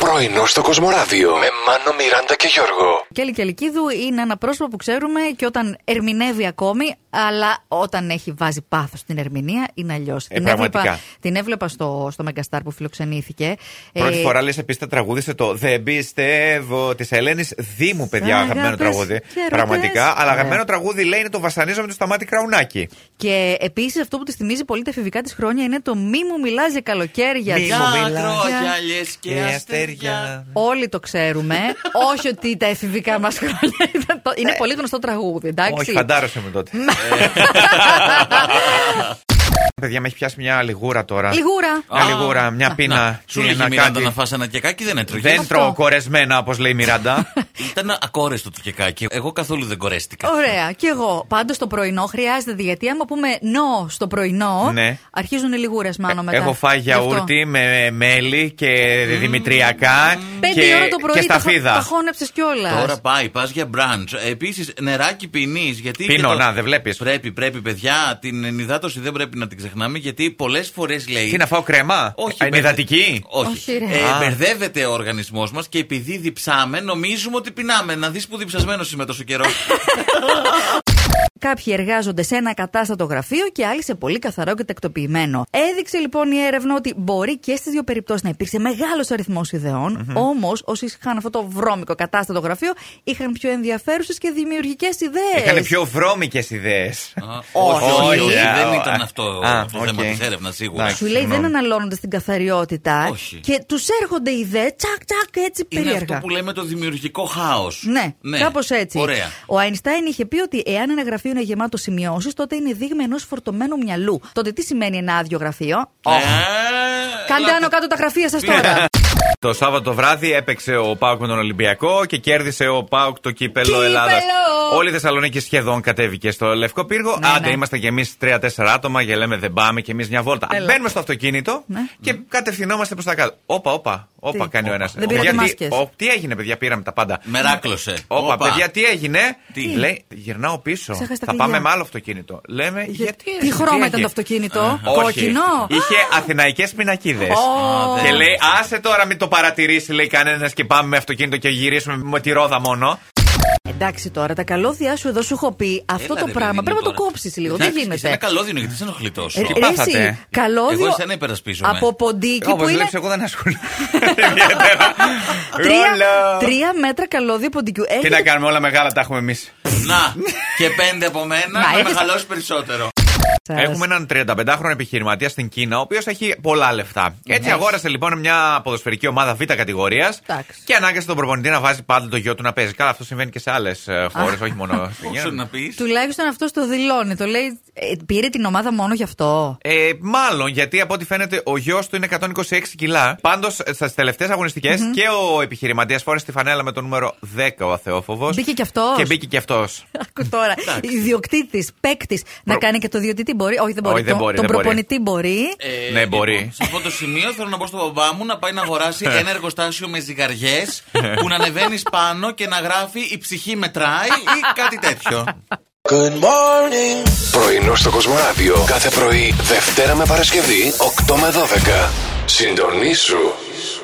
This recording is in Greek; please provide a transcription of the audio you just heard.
Πρωινό στο Κοσμοράδιο με Μάνο, Μιράντα και Γιώργο. Κέλλη Κελικίδου είναι ένα πρόσωπο που ξέρουμε και όταν ερμηνεύει ακόμη, αλλά όταν έχει βάζει πάθος στην ερμηνεία είναι αλλιώς. Ε, πραγματικά. την έβλεπα στο, στο Megastar που φιλοξενήθηκε. Πρώτη Ε, φορά λες επίσης τραγούδισε το Δεν πιστεύω της Ελένης Δήμου, παιδιά. Αγάπες Αγαπημένο τραγούδι. και ερωτές. Πραγματικά. Αλλά Ναι. αγαπημένο τραγούδι λέει είναι το Βασανίζομαι του Σταμάτη Κραουνάκη. Και επίσης αυτό που τη θυμίζει πολύ τα εφηβικά της χρόνια είναι το μη μου μιλάς για καλοκαίρια. Μη της. μου μιλάς. Ακρογιαλιές Ε, και αστέρια. Όλοι το ξέρουμε. Όχι ότι τα εφηβικά μας χρόνια ήταν. το- Είναι πολύ γνωστό τραγούδι, εντάξει. Ε. Όχι, φαντάρωσε με τότε. Παιδιά, με έχει πιάσει μια λιγούρα τώρα. Λιγούρα. Μια Α, λιγούρα, μια να, πίνα. να. Σου ή λέγει ένα η Μιράντα κάτι. να φας ένα κεκάκι, δεν έτρωγε. Δεν τρώω κορεσμένα, όπως λέει η Μιράντα. Ήταν ακόρεστο το κεκάκι. Εγώ καθόλου δεν κορέστηκα. Ωραία, κι εγώ. Πάντως το πρωινό χρειάζεται, γιατί άμα πούμε νο στο πρωινό, Ναι. Ε, αρχίζουν οι λιγούρε μάνο μετά. Έχω φάει Γι' αυτό. γιαούρτι με μέλι και δημητριακά. Πέντε και- ώρα το πρωί Και τα χο- τα σταφίδα. χώνεψες κιόλας. Τώρα πάει, πας για brunch. Επίσης, νεράκι πίνεις. Γιατί Πίνω, και να, δεν βλέπεις. Πρέπει, πρέπει, παιδιά. Την ενυδάτωση δεν πρέπει να την ξεχνάμε γιατί πολλές φορές λέει. Τι να φάω κρέμα. Όχι. Α, Είναι μπερδε- υδατική. Όχι. Όχι, ρε. Ε, Α. μπερδεύεται ο οργανισμός μας και επειδή διψάμε, νομίζουμε ότι πεινάμε. Να δεις που διψασμένος είμαι τόσο καιρό. Κάποιοι εργάζονται σε ένα ακατάστατο γραφείο και άλλοι σε πολύ καθαρό και τακτοποιημένο. Έδειξε λοιπόν η έρευνα ότι μπορεί και στις δύο περιπτώσεις να υπήρξε μεγάλος αριθμός ιδεών, όμως όσοι είχαν αυτό το βρώμικο κατάστατο γραφείο είχαν πιο ενδιαφέρουσες και δημιουργικές ιδέες. Είχαν πιο βρώμικες ιδέες. Α, Όχι. όχι, όχι, Α, δεν α, α, ήταν αυτό α, το θέμα οκ. της έρευνας σίγουρα. Εντάξει. Σου λέει Συγγνώμη. δεν αναλώνονται στην καθαριότητα Όχι. και τους έρχονται ιδέε τσακ τσακ έτσι Είναι περίεργα. αυτό που λέμε το δημιουργικό χάος. Ναι, κάπως έτσι. Ωραία. Ο Αϊνστάιν είχε πει ότι εάν ένα γραφείο είναι γεμάτο σημειώσεις, τότε είναι δείγμα ενός φορτωμένου μυαλού. Τότε τι σημαίνει ένα άδειο γραφείο. Ε, Κάντε λάτε- άνω κάτω τα γραφεία σας τώρα. Το Σάββατο βράδυ έπαιξε ο Πάουκ με τον Ολυμπιακό και κέρδισε ο Πάουκ το κύπελο Κύπελο! Ελλάδα. Όλη η Θεσσαλονίκη σχεδόν κατέβηκε στο λευκό πύργο. Ναι, Άντε, ναι. είμαστε κι εμείς τρία-τέσσερα άτομα και λέμε δεν πάμε κι εμείς μια βόλτα. Έλα. Μπαίνουμε στο αυτοκίνητο Ναι. και κατευθυνόμαστε προς τα κάτω. Όπα, όπα, όπα Τι? κάνει ο Όπα. ένας. Δεν πήρατε μάσκες. Τι έγινε, παιδιά, πήραμε τα πάντα. Μεράκλωσε. Όπα, Όπα. παιδιά, τι έγινε. Τι? Λέει, γυρνάω πίσω. Ξέχασα τα Θα κλειδιά. πάμε με άλλο αυτοκίνητο. Λέμε, γιατί. Τι χρώμα ήταν έγινε? το αυτοκίνητο, Όχι. κόκκινο. Είχε αθηναϊκές πινακίδες. Ω. Α, Και δεν λέει, άσε τώρα μην το παρατηρήσει, λέει κανένας και πάμε με αυτοκίνητο και γυρίσουμε με τη ρόδα μόνο. Εντάξει τώρα, τα καλώδια σου εδώ σου έχω πει αυτό Έλα, το ρε, πράγμα. παιδί Πρέπει μου, να το τώρα. κόψεις λίγο. Δεν Εντάξει, σε γίνεται. ένα καλώδιο γιατί σε ενοχλεί τόσο. Ε, Τι ρε, πάθατε? Εσύ, καλώδιο. Εγώ εσένα υπερασπίζομαι. Από ποντίκι Όπω που είναι. βλέπει, εγώ δεν ασχολούμαι. ιδιαίτερα. Τρία, Ρόλα. τρία μέτρα καλώδιο ποντικού. Τι Έχετε να κάνουμε, όλα μεγάλα τα έχουμε εμείς. Να, και πέντε από μένα ε. Μα, να έχεις- μεγαλώσεις περισσότερο. σας. Έχουμε έναν 35χρονο επιχειρηματία στην Κίνα, ο οποίος έχει πολλά λεφτά. Έτσι Ναι. αγόρασε λοιπόν μια ποδοσφαιρική ομάδα Β κατηγορίας Εντάξει. και ανάγκασε τον προπονητή να βάζει πάντα το γιο του να παίζει. Καλά, αυτό συμβαίνει και σε άλλες χώρες, όχι μόνο στην Όσο να Κίνα. πεις. Τουλάχιστον αυτό το δηλώνει. Το λέει. ε, πήρε την ομάδα μόνο γι' αυτό. Ε, μάλλον γιατί από ό,τι φαίνεται ο γιος του είναι 126 κιλά. ε, Πάντω στις τελευταίες και ο επιχειρηματίας φόρεσε τη φανέλα με το νούμερο 10 ο Αθεόφοβος. Μπήκε και αυτός. Και μπήκε και αυτός. Ακού τώρα. Ιδιοκτήτης, παίκτης. Να κάνει και το διαιτητή μπορεί. Όχι, δεν μπορεί. Όχι, δεν Τον- μπορεί, Τον δεν μπορεί. προπονητή μπορεί. Ναι, μπορεί. Ε, λοιπόν, Ε. Σε αυτό το σημείο θέλω να πω στον μπαμπά μου να πάει να αγοράσει ένα εργοστάσιο με ζυγαριές που να ανεβαίνεις πάνω και να γράφει Η ψυχή μετράει ή κάτι τέτοιο. Good morning. Πρωινό στο Κοσμοράδιο κάθε πρωί, Δευτέρα με Παρασκευή, 8 με 12. Συντονίσου.